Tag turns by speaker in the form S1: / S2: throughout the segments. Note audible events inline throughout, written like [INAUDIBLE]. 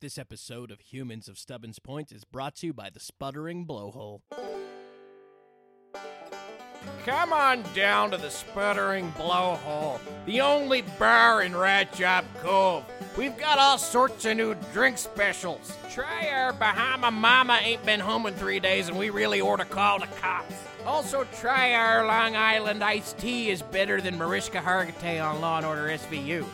S1: This episode of Humans of Stubbins Point is brought to you by the Sputtering Blowhole.
S2: Come on down to the Sputtering Blowhole, the only bar in Rat Job Cove. We've got all sorts of new drink specials. Try our Bahama Mama ain't been home in three days and we really ought to call the cops. Also, try our Long Island iced tea is better than Mariska Hargitay on Law and Order SVU.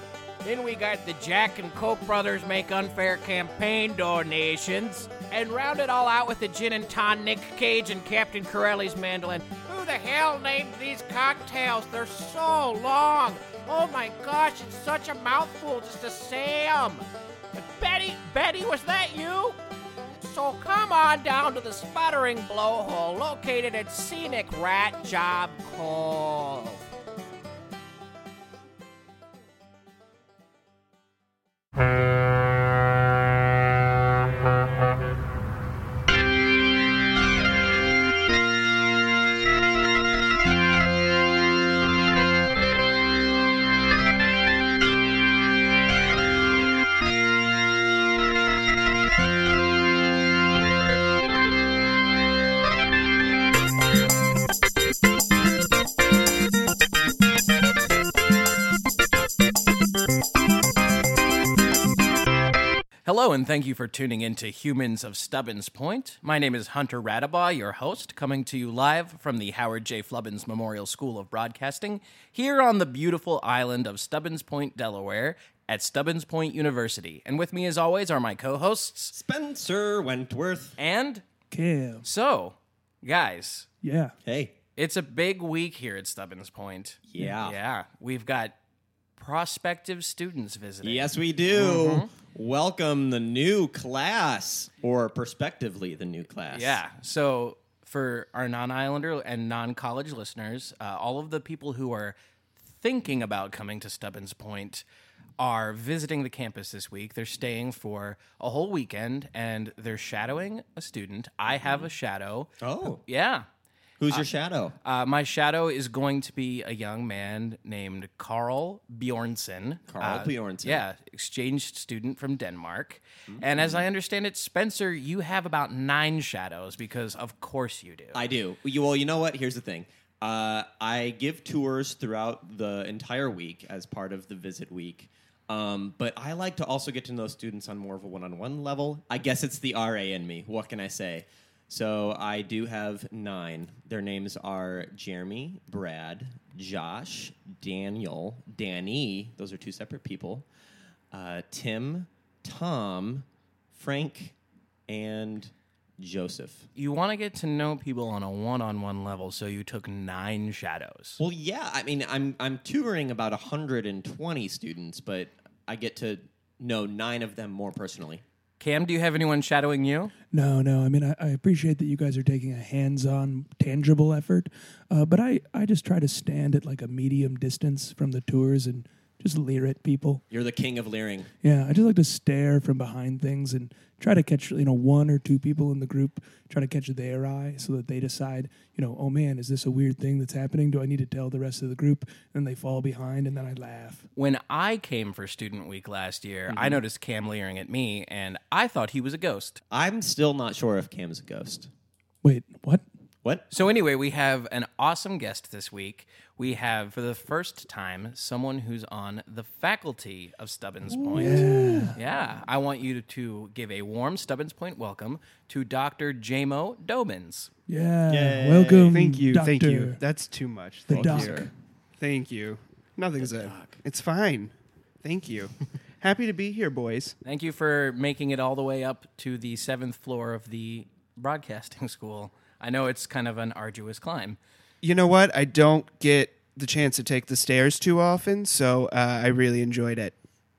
S2: Then we got the Jack and Coke brothers make unfair campaign donations, and round it all out with the gin and tonic, Cage and Captain Corelli's mandolin. Who the hell named these cocktails? They're so long. Oh my gosh, it's such a mouthful just to say 'em. But Betty, Betty, was that you? So come on down to the Sputtering Blowhole, located at Scenic Rat Job Cove.
S1: Hello, and thank you for tuning in to Humans of Stubbins Point. My name is Hunter Radabaugh, your host, coming to you live from the Howard J. Flubbins Memorial School of Broadcasting here on the beautiful island of Stubbins Point, Delaware, at Stubbins Point University. And with me, as always, are my co hosts
S3: Spencer Wentworth.
S1: and.
S4: Cam.
S1: So, guys,
S4: Yeah.
S3: Hey.
S1: it's a big week here at Stubbins Point.
S3: Yeah.
S1: Yeah, we've got prospective students visiting.
S3: Yes, we do.
S1: Mm-hmm.
S3: Welcome the new class, or prospectively the new class.
S1: Yeah. So for our non-islander and non-college listeners, uh, all of the people who are thinking about coming to Stubbins Point are visiting the campus this week. They're staying for a whole weekend and they're shadowing a student. I have a shadow.
S3: Oh,
S1: Yeah.
S3: who's your shadow?
S1: Uh, my shadow is going to be a young man named Carl Bjornson.
S3: Carl
S1: Uh,
S3: Bjornson.
S1: Yeah, exchanged student from Denmark. And as I understand it, Spencer, you have about nine shadows because, of course, you do.
S3: I do. You, well, you know what? Here's the thing. Uh, I give tours throughout the entire week as part of the visit week. Um, but I like to also get to know students on more of a one on one level. I guess it's the RA in me. What can I say? So I do have nine. Their names are Jeremy, Brad, Josh, Daniel, Danny. Those are two separate people. Uh, Tim, Tom, Frank, and Joseph.
S1: you want to get to know people on a one-on-one level, so you took nine shadows.
S3: Well, yeah. I mean, I'm I'm tutoring about 120 students, but I get to know nine of them more personally.
S1: Cam, do you have anyone shadowing you?
S4: No, no. I mean, I, I appreciate that you guys are taking a hands-on, tangible effort, uh, but I, I just try to stand at like a medium distance from the tours and just leer at people.
S3: You're the king of leering.
S4: Yeah, I just like to stare from behind things and try to catch you know one or two people in the group, try to catch their eye so that they decide you know oh man is this a weird thing that's happening? Do I need to tell the rest of the group? And they fall behind, and then I laugh.
S1: When I came for student week last year, I noticed Cam leering at me, and I thought he was a ghost.
S3: I'm still not sure if Cam's a ghost.
S4: Wait, what?
S3: What?
S1: So anyway, we have an awesome guest this week. We have, for the first time, someone who's on the faculty of Stubbins Point. Yeah. I want you to give a warm Stubbins Point welcome to Dr. Jamo Dobins.
S4: Yeah,
S3: Yay.
S4: welcome.
S5: Thank you,
S4: doctor.
S5: thank you. That's too much.
S4: The
S5: Thank
S4: doc.
S5: you. Thank you. Nothing's it. It's fine. Thank you. [LAUGHS] Happy to be here, boys.
S1: Thank you for making it all the way up to the seventh floor of the broadcasting [LAUGHS] school. I know it's kind of an arduous climb.
S5: You know what? I don't get the chance to take the stairs too often, so uh, I really enjoyed it.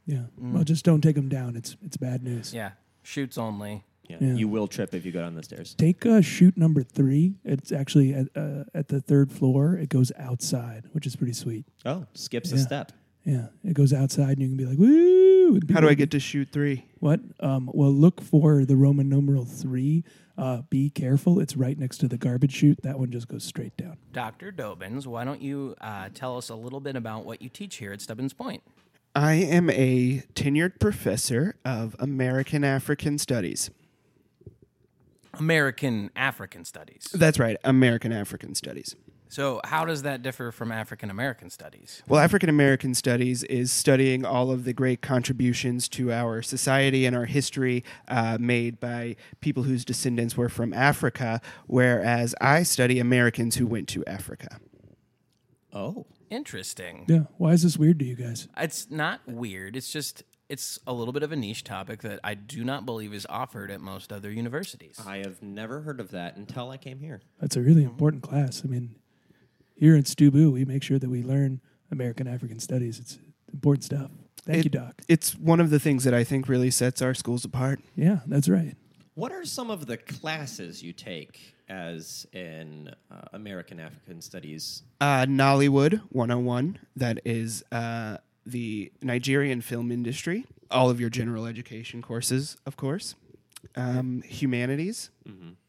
S4: Yeah.
S5: Mm.
S4: Well, just don't take them down. It's it's bad news.
S1: Yeah, shoots only.
S3: Yeah,
S4: Yeah.
S3: You will trip if you go down the stairs.
S4: Take uh, shoot number three. It's actually at uh, at the third floor. It goes outside, which is pretty sweet.
S3: Oh, skips a
S4: Yeah.
S3: step.
S4: Yeah, it goes outside, and you can be like, "Woo!" and
S5: How do I
S4: people-
S5: get to shoot three?
S4: what? Um, well, look for the Roman numeral three. Uh, be careful. It's right next to the garbage chute. That one just goes straight down.
S1: Dr. Dobins, why don't you uh, tell us a little bit about what you teach here at Stubbins Point?
S5: I am a tenured professor of American African Studies.
S1: American African studies.
S5: That's right, American African Studies.
S1: So, how does that differ from African American studies?
S5: Well, African American Studies is studying all of the great contributions to our society and our history uh, made by people whose descendants were from Africa, whereas I study Americans who went to Africa.
S3: Oh.
S1: Interesting.
S4: Yeah. Why is this weird to you guys?
S1: It's not weird. It's just it's a little bit of a niche topic that I do not believe is offered at most other universities.
S3: I have never heard of that until I came here.
S4: That's a really
S5: Mm-hmm.
S4: important class. I mean, here in Stubu, we make sure that we learn American African Studies. It's important stuff. Thank you,
S5: It-
S4: Doc.
S5: It's one of the things that I think really sets our schools apart.
S4: Yeah, that's right.
S3: What are some of the classes you take as an uh, American African Studies?
S5: Uh, Nollywood 101, that is uh, the Nigerian film industry. All of your general education courses, of course. Um, humanities,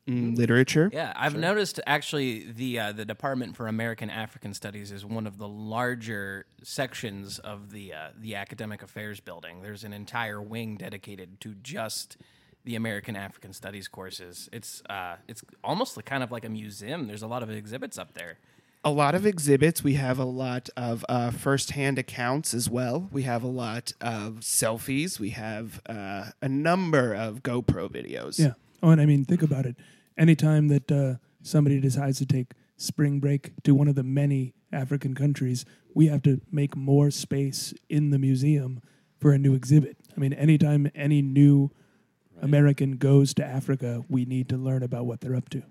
S5: mm, literature.
S1: Yeah, I've noticed actually the uh, the Department for American African Studies is one of the larger sections of the uh, the academic affairs building. There's an entire wing dedicated to just the American African Studies courses. It's uh, it's almost kind of like a museum. There's a lot of exhibits up there.
S5: a lot of exhibits. We have a lot of uh, firsthand accounts as well. We have a lot of selfies. We have uh, a number of GoPro videos.
S4: Yeah. Oh, and I mean, think about it. Anytime that uh, somebody decides to take spring break to one of the many African countries, we have to make more space in the museum for a new exhibit. I mean, anytime any new American goes to Africa, we need to learn about what they're up to.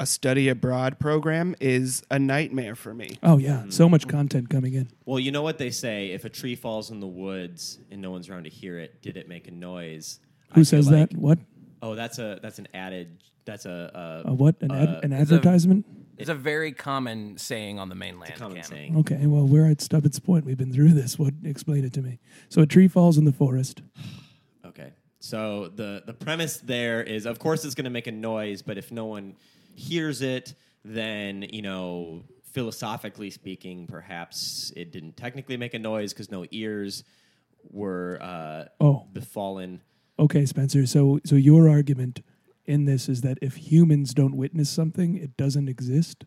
S5: A study abroad program is a nightmare for me.
S4: Oh, yeah.
S3: Mm-hmm.
S4: So much content coming in.
S3: Well, you know what they say: if a tree falls in the woods and no one's around to hear it, did it make a noise? I
S4: Who
S3: feel
S4: says
S3: like-
S4: that? What?
S3: Oh, that's a that's an added. That's a, uh, a
S4: A what? An, ad- an
S1: it's a-
S4: advertisement?
S1: It's a very common saying on the mainland.
S3: common
S1: Cam.
S3: saying.
S4: Okay, well, we're at Stubbins Point. We've been through this. What? Explain it to me. So a tree falls in the forest.
S3: Okay. So the the premise there is, of course, it's going to make a noise, but if no one hears it, then you know, philosophically speaking, perhaps it didn't technically make a noise because no ears were uh,
S4: Oh.
S3: befallen.
S4: Okay, Spencer. So, so your argument in this is that if humans don't witness something, it doesn't exist.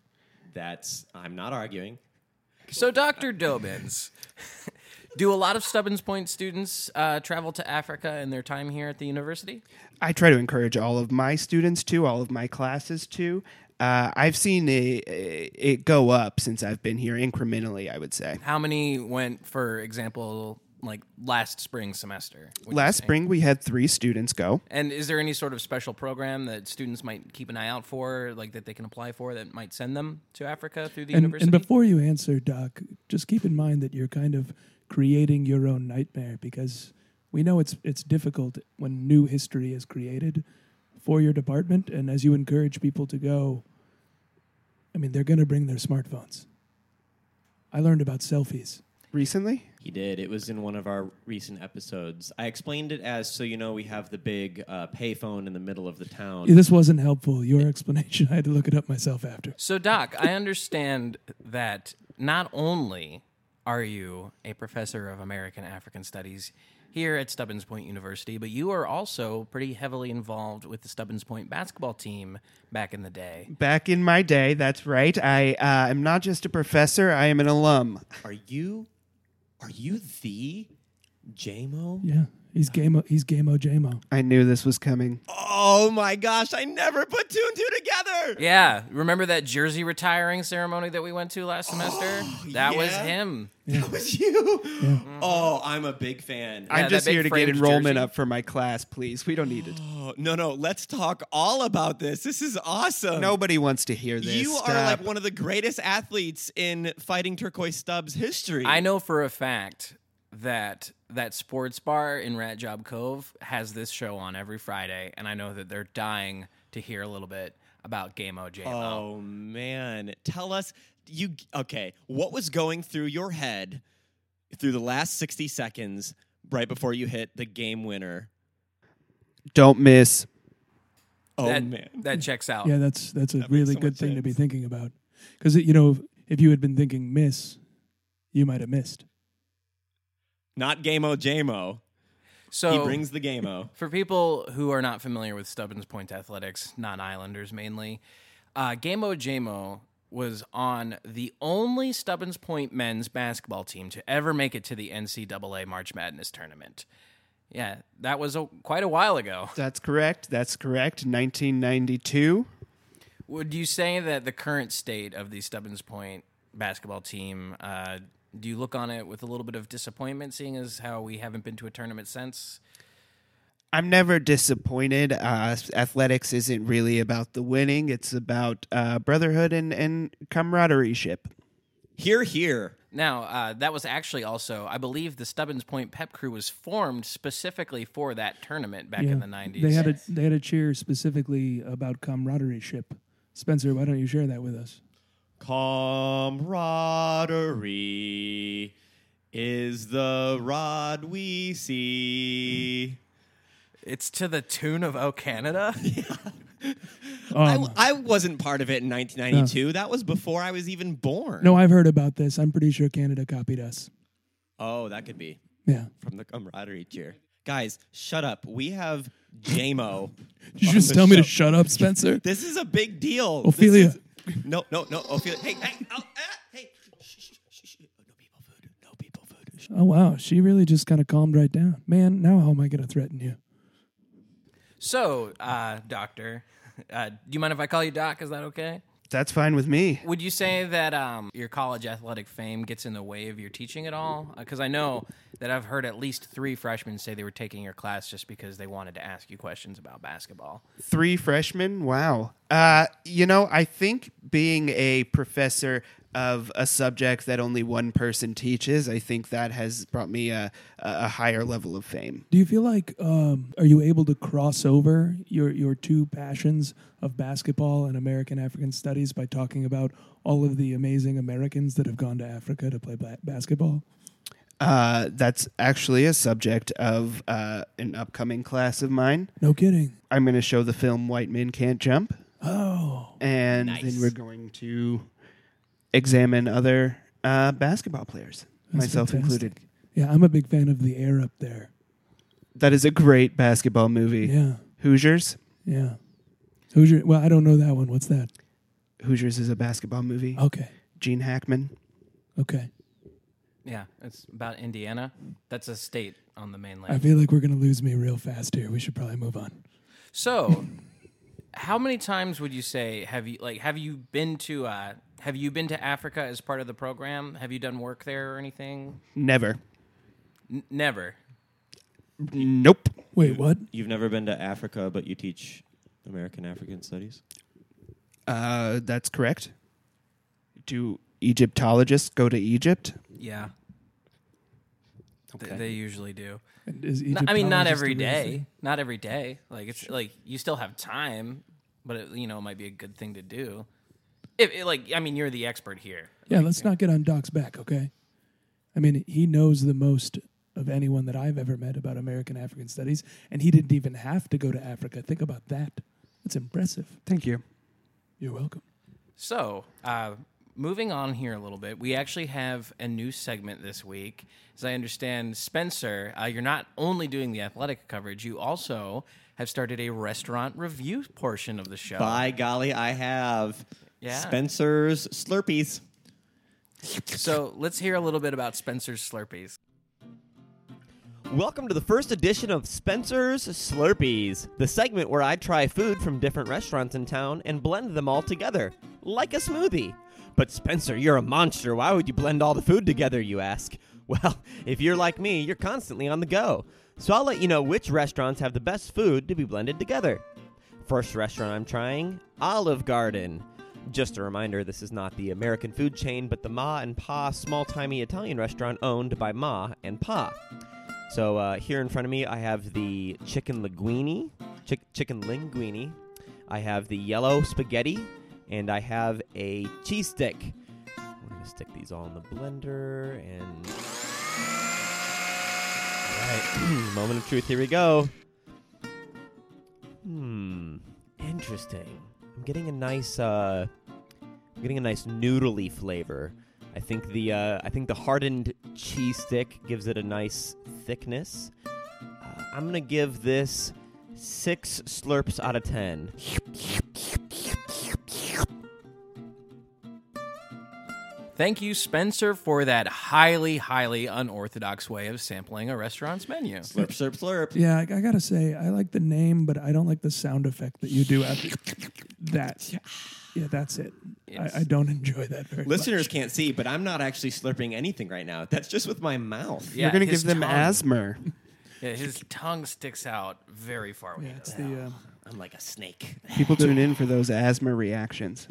S3: That's I'm not arguing.
S1: So, Dr. Dobins, do a lot of Stubbins Point students uh, travel to Africa in their time here at the university?
S5: I try to encourage all of my students to, all of my classes to. Uh, I've seen it, it go up since I've been here incrementally, I would say.
S1: How many went, for example, like last spring semester? would you
S5: Last
S1: say?
S5: spring, we had three students go.
S1: And is there any sort of special program that students might keep an eye out for, like that they can apply for that might send them to Africa through the
S4: And,
S1: university?
S4: and before you answer, Doc, just keep in mind that you're kind of creating your own nightmare because we know it's it's difficult when new history is created for your department. And as you encourage people to go, I mean, they're going to bring their smartphones. I learned about selfies.
S5: Recently?
S3: He did. It was in one of our recent episodes. I explained it as so you know we have the big uh, payphone in the middle of the town.
S4: This wasn't helpful. Your explanation, [LAUGHS] I had to look it up myself after.
S1: So, Doc, I understand that not only are you a professor of American African Studies here at Stubbins Point University, but you are also pretty heavily involved with the Stubbins Point basketball team back in the day.
S5: Back in my day, that's right. I uh, am not just a professor, I am an alum.
S3: Are you are you the JMO?
S4: Yeah, he's game. He's gameo jamo.
S5: I knew this was coming.
S3: Oh my gosh, I never put two and two together.
S1: Yeah, remember that jersey retiring ceremony that we went to last semester? that was
S3: yeah.
S1: him.
S3: That was you. Oh, I'm a big fan.
S1: Yeah,
S5: I'm just
S1: that big
S5: here to get
S1: framed
S5: enrollment
S1: jersey.
S5: up for my class, please. We don't need it.
S3: Oh, no, no, let's talk all about this. This is awesome.
S5: Nobody wants to hear this.
S3: Oh. you are
S5: Stop.
S3: like one of the greatest athletes in fighting turquoise stubs history.
S1: I know for a fact that that sports bar in Rat Job Cove has this show on every Friday, and I know that they're dying to hear a little bit about Game OJ.
S3: Oh man, tell us you okay, what was going through your head through the last 60 seconds right before you hit the game winner?
S5: Don't miss.
S3: Oh
S1: that,
S3: man.
S1: that checks out.
S4: Yeah, that's that's a
S3: Oh, That makes
S4: really
S3: so
S4: good
S3: much
S4: thing to be
S3: sense.
S4: thinking about. Because you know, if, if you had been thinking miss, you might have missed.
S3: Not Gameo Jamo.
S1: So
S3: He brings the Gameo.
S1: For people who are not familiar with Stubbins Point athletics, non Islanders mainly, uh, Gamo Jamo was on the only Stubbins Point men's basketball team to ever make it to the NCAA March Madness tournament. Yeah, that was a, quite a while ago.
S5: That's correct. That's correct. 1992.
S1: Would you say that the current state of the Stubbins Point basketball team, uh, do you look on it with a little bit of disappointment, seeing as how we haven't been to a tournament since?
S5: I'm never disappointed. Uh, athletics isn't really about the winning, it's about uh, brotherhood and, and camaraderie ship.
S3: Here, here.
S1: Now, uh, that was actually also, I believe, the Stubbins Point Pep Crew was formed specifically for that tournament back in the nineties.
S4: They had a they had a cheer specifically about camaraderie ship. Spencer, why don't you share that with us?
S3: Camaraderie is the rod we see.
S1: it's to the tune of "Oh Canada."
S4: Um,
S3: I, I wasn't part of it in 1992. That was before I was even born.
S4: no, I've heard about this. I'm pretty sure Canada copied us.
S3: Oh, that could be
S4: Yeah.
S3: from the camaraderie cheer. Guys, shut up. We have JMO.
S4: Did you
S3: on
S4: just
S3: the
S4: tell me to
S3: show.
S4: shut up, Spencer?
S3: [LAUGHS] This is a big deal. This
S4: Ophelia.
S3: is- no, no, no, Ophelia. Hey, hey, oh, ah, hey. Shh, shh, shh, shh. No people food. No people food. Shh.
S4: Oh wow, she really just kind of calmed right down. Man, now how am I going to threaten you?
S1: [LAUGHS] so, uh, Doctor, uh, do you mind if I call you Doc? Is that okay?
S5: That's fine with me.
S1: Would you say that um, your college athletic fame gets in the way of your teaching at all? Because I know that I've heard at least three freshmen say they were taking your class just because they wanted to ask you questions about basketball.
S5: Three freshmen? Wow. Uh, you know, I think being a professor of a subject that only one person teaches, I think that has brought me a, a a higher level of fame.
S4: Do you feel like um, are you able to cross over your your two passions of basketball and American African studies by talking about all of the amazing Americans that have gone to Africa to play ba- basketball?
S5: Uh, that's actually a subject of uh, an upcoming class of mine.
S4: No kidding.
S5: I'm going to show the film White Men Can't Jump. Oh. And then we're going to examine other uh, basketball players, myself
S4: fantastic.
S5: included.
S4: Yeah, I'm a big fan of the air up there.
S5: That is a great basketball movie.
S4: Yeah,
S5: Hoosiers?
S4: yeah. Who's your? Well, I don't know that one. What's that?
S5: Hoosiers is a basketball movie.
S4: Okay,
S5: Gene Hackman.
S4: okay.
S1: Yeah, it's about Indiana. That's a state on the mainland.
S4: I feel like we're gonna lose me real fast here. We should probably move on.
S1: So, how many times would you say have you like have you been to uh, have you been to Africa as part of the program? Have you done work there or anything?
S5: Never.
S1: N- never.
S5: Nope.
S4: Wait, what?
S3: You've never been to Africa, but you teach American African Studies?
S5: Uh, that's correct. Do Egyptologists go to Egypt?
S1: Yeah, they, they usually do.
S4: And is
S1: N- I mean, not
S4: Egyptologist a
S1: every
S4: real
S1: day.
S4: thing?
S1: Not every day. Like it's like you still have time, but it, you know it might be a good thing to do. If it, like I mean, you're the expert here.
S4: Yeah, let's not get on Doc's back, okay? I mean, he knows the most of anyone that I've ever met about American African studies, and he didn't even have to go to Africa. Think about that. That's impressive.
S5: Thank you.
S4: You're welcome.
S1: So, uh, moving on here a little bit, we actually have a new segment this week. As I understand, Spencer, uh, you're not only doing the athletic coverage, you also have started a restaurant review portion of the show.
S3: By golly, I have
S1: Yeah.
S3: Spencer's Slurpees.
S1: So, let's hear a little bit about Spencer's Slurpees.
S3: Welcome to the first edition of Spencer's Slurpees, the segment where I try food from different restaurants in town and blend them all together, like a smoothie. But Spencer, you're a monster. Why would you blend all the food together, you ask? [LAUGHS] Well, if you're like me, you're constantly on the go. So I'll let you know which restaurants have the best food to be blended together. First restaurant I'm trying Olive Garden. Just a reminder, this is not the American food chain, but the Ma and Pa small timey Italian restaurant owned by Ma and Pa. So uh, here in front of me, I have the chicken linguine, chick- chicken linguine. I have the yellow spaghetti, and I have a cheese stick. We're gonna stick these all in the blender and. All right, [CLEARS THROAT] moment of truth. Here we go. Hmm, interesting. I'm getting a nice, uh, I'm getting a nice noodly flavor.
S6: I think the uh, I think the hardened cheese stick gives it a nice thickness. Uh, I'm gonna give this six slurps out of ten.
S1: Thank you, Spencer, for that highly, highly unorthodox way of sampling a restaurant's menu.
S3: Slurp, slurp, slurp.
S4: Yeah, I, I gotta say, I like the name, but I don't like the sound effect that you do after that. Yeah, that's it.
S1: Yes.
S4: I, I don't enjoy that very
S3: Listeners can't see, but I'm not actually slurping anything right now. That's just with my mouth.
S1: Yeah,
S5: You're going to
S1: his
S5: give them
S1: tongue- [LAUGHS]
S5: asthma.
S1: Yeah, his tongue sticks out very far away.
S4: much. Yeah, it's the, uh,
S3: I'm like a snake.
S5: People tune in for those asthma reactions.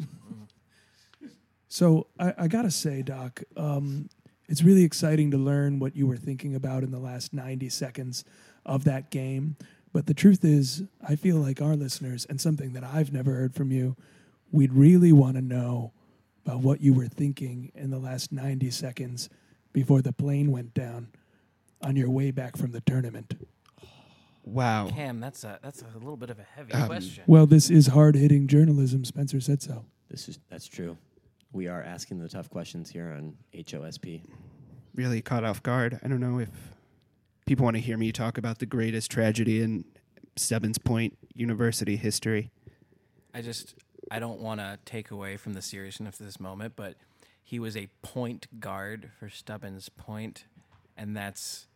S4: So I, I gotta say, Doc, um, it's really exciting to learn what you were thinking about in the last 90 seconds of that game. But the truth is, I feel like our listeners, and something that I've never heard from you, we'd really want to know about what you were thinking in the last 90 seconds before the plane went down on your way back from the tournament.
S5: Wow.
S1: Cam, that's a that's a little bit of a heavy
S5: Um,
S1: question.
S4: Well, this is hard hitting journalism. Spencer said so.
S3: This is that's true. We are asking the tough questions here on HOSP.
S5: Really caught off guard. I don't know if people want to hear me talk about the greatest tragedy in Stubbins Point University history.
S1: I just I don't want to take away from the seriousness of this moment, but he was a point guard for Stubbins Point, and that's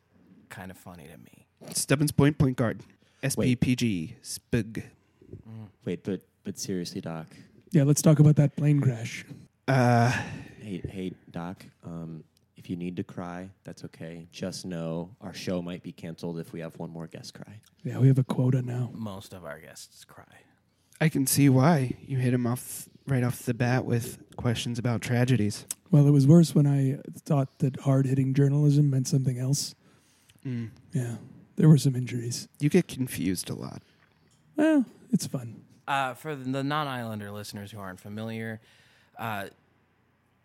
S1: kind of funny to me.
S5: Stubbins Point point guard. SPPG. Spig.
S3: Wait, but but seriously, Doc.
S4: Yeah, let's talk about that plane crash.
S5: Uh,
S3: Hey, hey, Doc. Um, if you need to cry, that's okay. Just know our show might be canceled if we have one more guest cry.
S4: Yeah, we have a quota now.
S1: Most of our guests cry.
S5: I can see why you hit him off right off the bat with questions about tragedies.
S4: Well, it was worse when I thought that hard hitting journalism meant something else.
S5: Mm.
S4: Yeah, there were some injuries.
S5: You get confused a lot.
S4: Well, it's fun.
S1: Uh, for the non-islander listeners who aren't familiar, uh,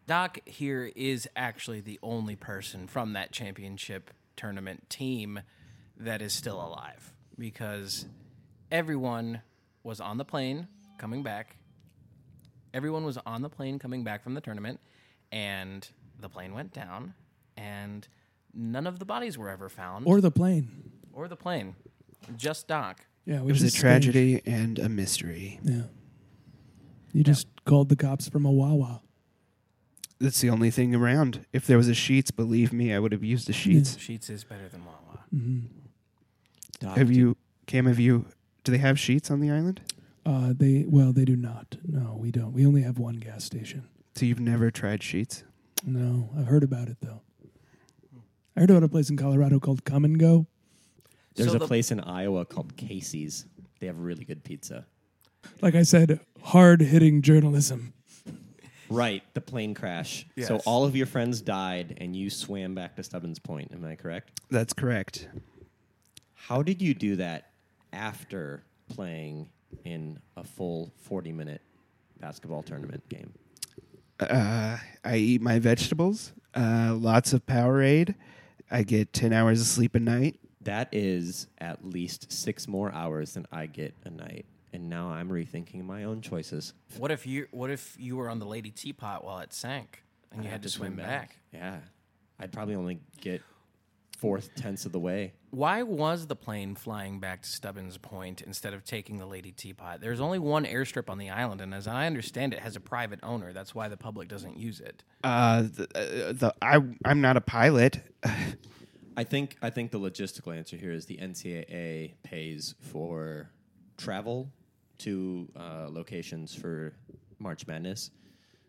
S1: Doc here is actually the only person from that championship tournament team that is still alive because everyone was on the plane coming back. Everyone was on the plane coming back from the tournament, and the plane went down, and none of the bodies were ever found,
S4: Or the plane.
S1: or the plane, just Doc.
S4: Yeah,
S5: It was a tragedy and a mystery.
S4: Yeah. You just called the cops from a Wawa.
S5: That's the only thing around. If there was a sheets, believe me, I would have used the sheets.
S1: Sheets is better than Wawa.
S3: Doc,
S5: Have
S3: do-
S5: you, Cam? Have you? Do they have sheets on the island?
S4: Uh, they well, they do not. No, we don't. We only have one gas station.
S5: So you've never tried sheets?
S4: No, I've heard about it though. I heard about a place in Colorado called Come and Go.
S3: There's
S1: So
S3: a
S1: the-
S3: place in Iowa called Casey's. They have really good pizza.
S4: Like I said, hard hitting journalism.
S3: Right, the plane crash. So
S1: Yes.
S3: all of your friends died, and you swam back to Stubbins Point. Am I correct?
S5: That's correct.
S3: How did you do that after playing in a full 40 minute basketball tournament game?
S5: Uh, I eat my vegetables. Uh, lots of Powerade. I get ten hours of sleep a night.
S3: That is at least six more hours than I get a night. And now I'm rethinking my own choices.
S1: What if you What if you were on the Lady Teapot while it sank and you
S3: I
S1: had to swim back?
S3: Yeah. I'd probably only get fourth tenths of the way.
S1: Why was the plane flying back to Stubbins Point instead of taking the Lady Teapot? There's only one airstrip on the island, and as I understand it, has a private owner. That's why the public doesn't use it.
S5: Uh, the, uh, the I I'm not a pilot.
S3: I think I think the logistical answer here is the NCAA pays for travel to uh, locations for March Madness.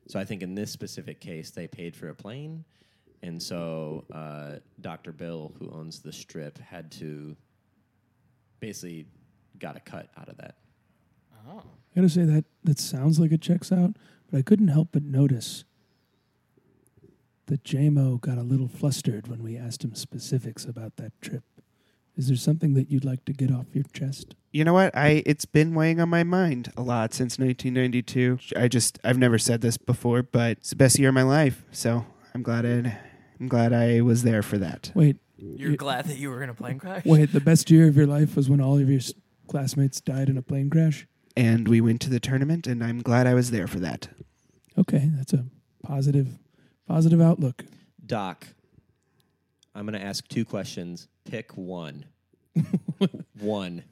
S3: So I think in this specific case, they paid for a plane, and so uh, Dr. Bill, who owns the strip, had to basically got a cut out of that.
S4: I gotta say that that sounds like it checks out, but I couldn't help but notice that JMO got a little flustered when we asked him specifics about that trip. Is there something that you'd like to get off your chest?
S5: You know what? I it's been weighing on my mind a lot since 1992. I just I've never said this before, but it's the best year of my life. So I'm glad I I'm glad I was there for that.
S4: Wait,
S1: You're
S4: Yeah.
S1: glad that you were in a plane crash?
S4: wait, the best year of your life was when all of your s- classmates died in a plane crash?
S5: And we went to the tournament, and I'm glad I was there for that.
S4: Okay, that's a positive Positive outlook.
S3: Doc, I'm going to ask two questions. Pick [LAUGHS] one. one,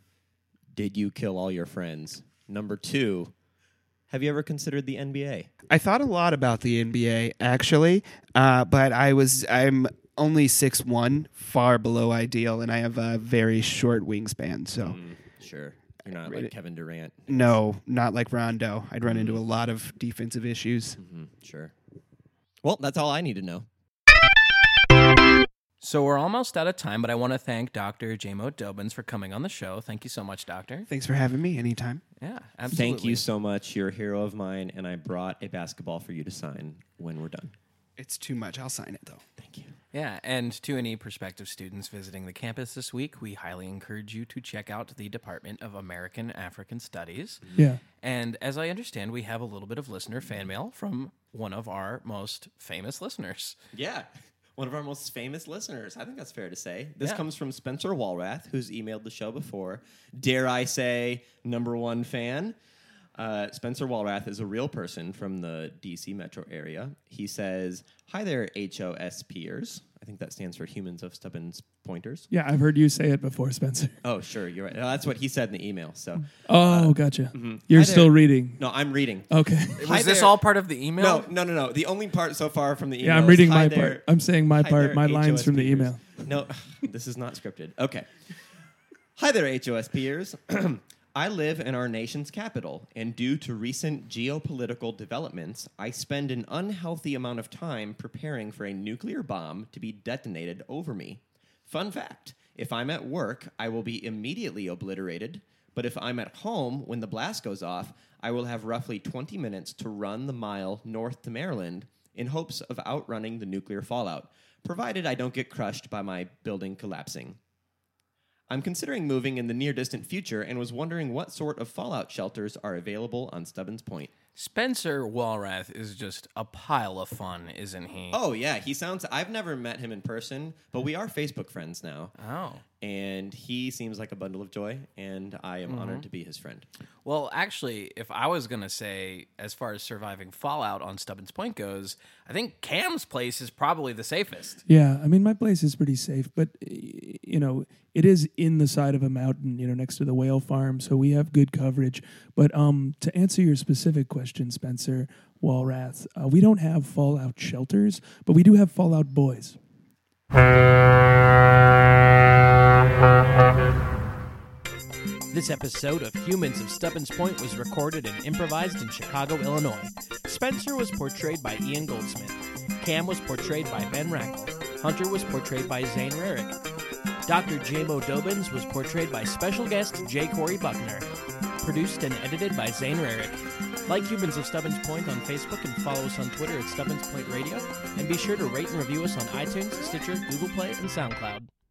S3: did you kill all your friends? Number two, have you ever considered the NBA?
S5: I thought a lot about the NBA actually, uh, but I was I'm only six one, far below ideal, and I have a very short wingspan. So
S3: Sure. You're not like Kevin Durant.
S5: no, not like Rondo. I'd run into a lot of defensive issues.
S3: Mm-hmm. Sure. Well, that's all I need to know.
S1: So we're almost out of time, but I want to thank Dr. JMO Dobbins for coming on the show. Thank you so much, Doctor.
S5: Thanks for having me. Anytime.
S1: Yeah, absolutely.
S3: Thank you so much. You're a hero of mine, and I brought a basketball for you to sign when we're done.
S5: It's too much. I'll sign it though.
S3: Thank you.
S1: Yeah, and to any prospective students visiting the campus this week, we highly encourage you to check out the Department of American African Studies.
S4: Yeah.
S1: And as I understand, we have a little bit of listener fan mail from one of our most famous listeners.
S3: Yeah. [LAUGHS] One of our most famous listeners. I think that's fair to say. This
S1: Yeah.
S3: comes from Spencer Walrath, who's emailed the show before. Dare I say, number one fan? Uh, Spencer Walrath is a real person from the DC metro area. He says, Hi there, HOS peers. I think that stands for Humans of Stubborn Pointers.
S4: Yeah, I've heard you say it before, Spencer.
S3: Oh, sure. You're right. That's what he said in the email. So,
S4: [LAUGHS] Oh, gotcha. You're
S3: Mm-hmm. Hi there.
S4: still reading.
S3: no, I'm reading.
S4: Okay.
S1: Was
S3: Hi
S1: this
S3: there.
S1: all part of the email?
S3: No, no, no, no. The only part so far from the email.
S4: Yeah, I'm
S3: is,
S4: reading
S3: "Hi
S4: my
S3: there-
S4: part. I'm saying my
S3: Hi
S4: part,
S3: there,
S4: my lines
S3: HOS
S4: from the
S3: peers.
S4: email.
S3: No, [LAUGHS] this is not scripted. Okay. Hi there, HOS peers. [CLEARS THROAT] I live in our nation's capital, and due to recent geopolitical developments, I spend an unhealthy amount of time preparing for a nuclear bomb to be detonated over me. Fun fact if I'm at work, I will be immediately obliterated, but if I'm at home when the blast goes off, I will have roughly 20 minutes to run the mile north to Maryland in hopes of outrunning the nuclear fallout, provided I don't get crushed by my building collapsing. I'm considering moving in the near distant future and was wondering what sort of fallout shelters are available on Stubbins Point.
S1: Spencer Walrath is just a pile of fun, isn't he?
S3: Oh, yeah, he sounds. I've never met him in person, but we are Facebook friends now.
S1: Oh.
S3: And he seems like a bundle of joy, and I am honored to be his friend.
S1: Well, actually, if I was going to say, as far as surviving Fallout on Stubbins Point goes, I think Cam's place is probably the safest.
S4: Yeah, I mean, my place is pretty safe, but y- you know, it is in the side of a mountain, you know, next to the whale farm, so we have good coverage. But um, to answer your specific question, Spencer Walrath, uh, we don't have fallout shelters, but we do have fallout boys.
S7: This episode of Humans of Stubbins Point was recorded and improvised in Chicago, Illinois. Spencer was portrayed by Ian Goldsmith. Cam was portrayed by Ben Rackle. Hunter was portrayed by Zane Rarick. Dr. J.Mo Dobbins was portrayed by special guest J. Corey Buckner. Produced and edited by Zane Rarick. Like Humans of Stubbins Point on Facebook and follow us on Twitter at Stubbins Point Radio. And be sure to rate and review us on iTunes, Stitcher, Google Play, and SoundCloud.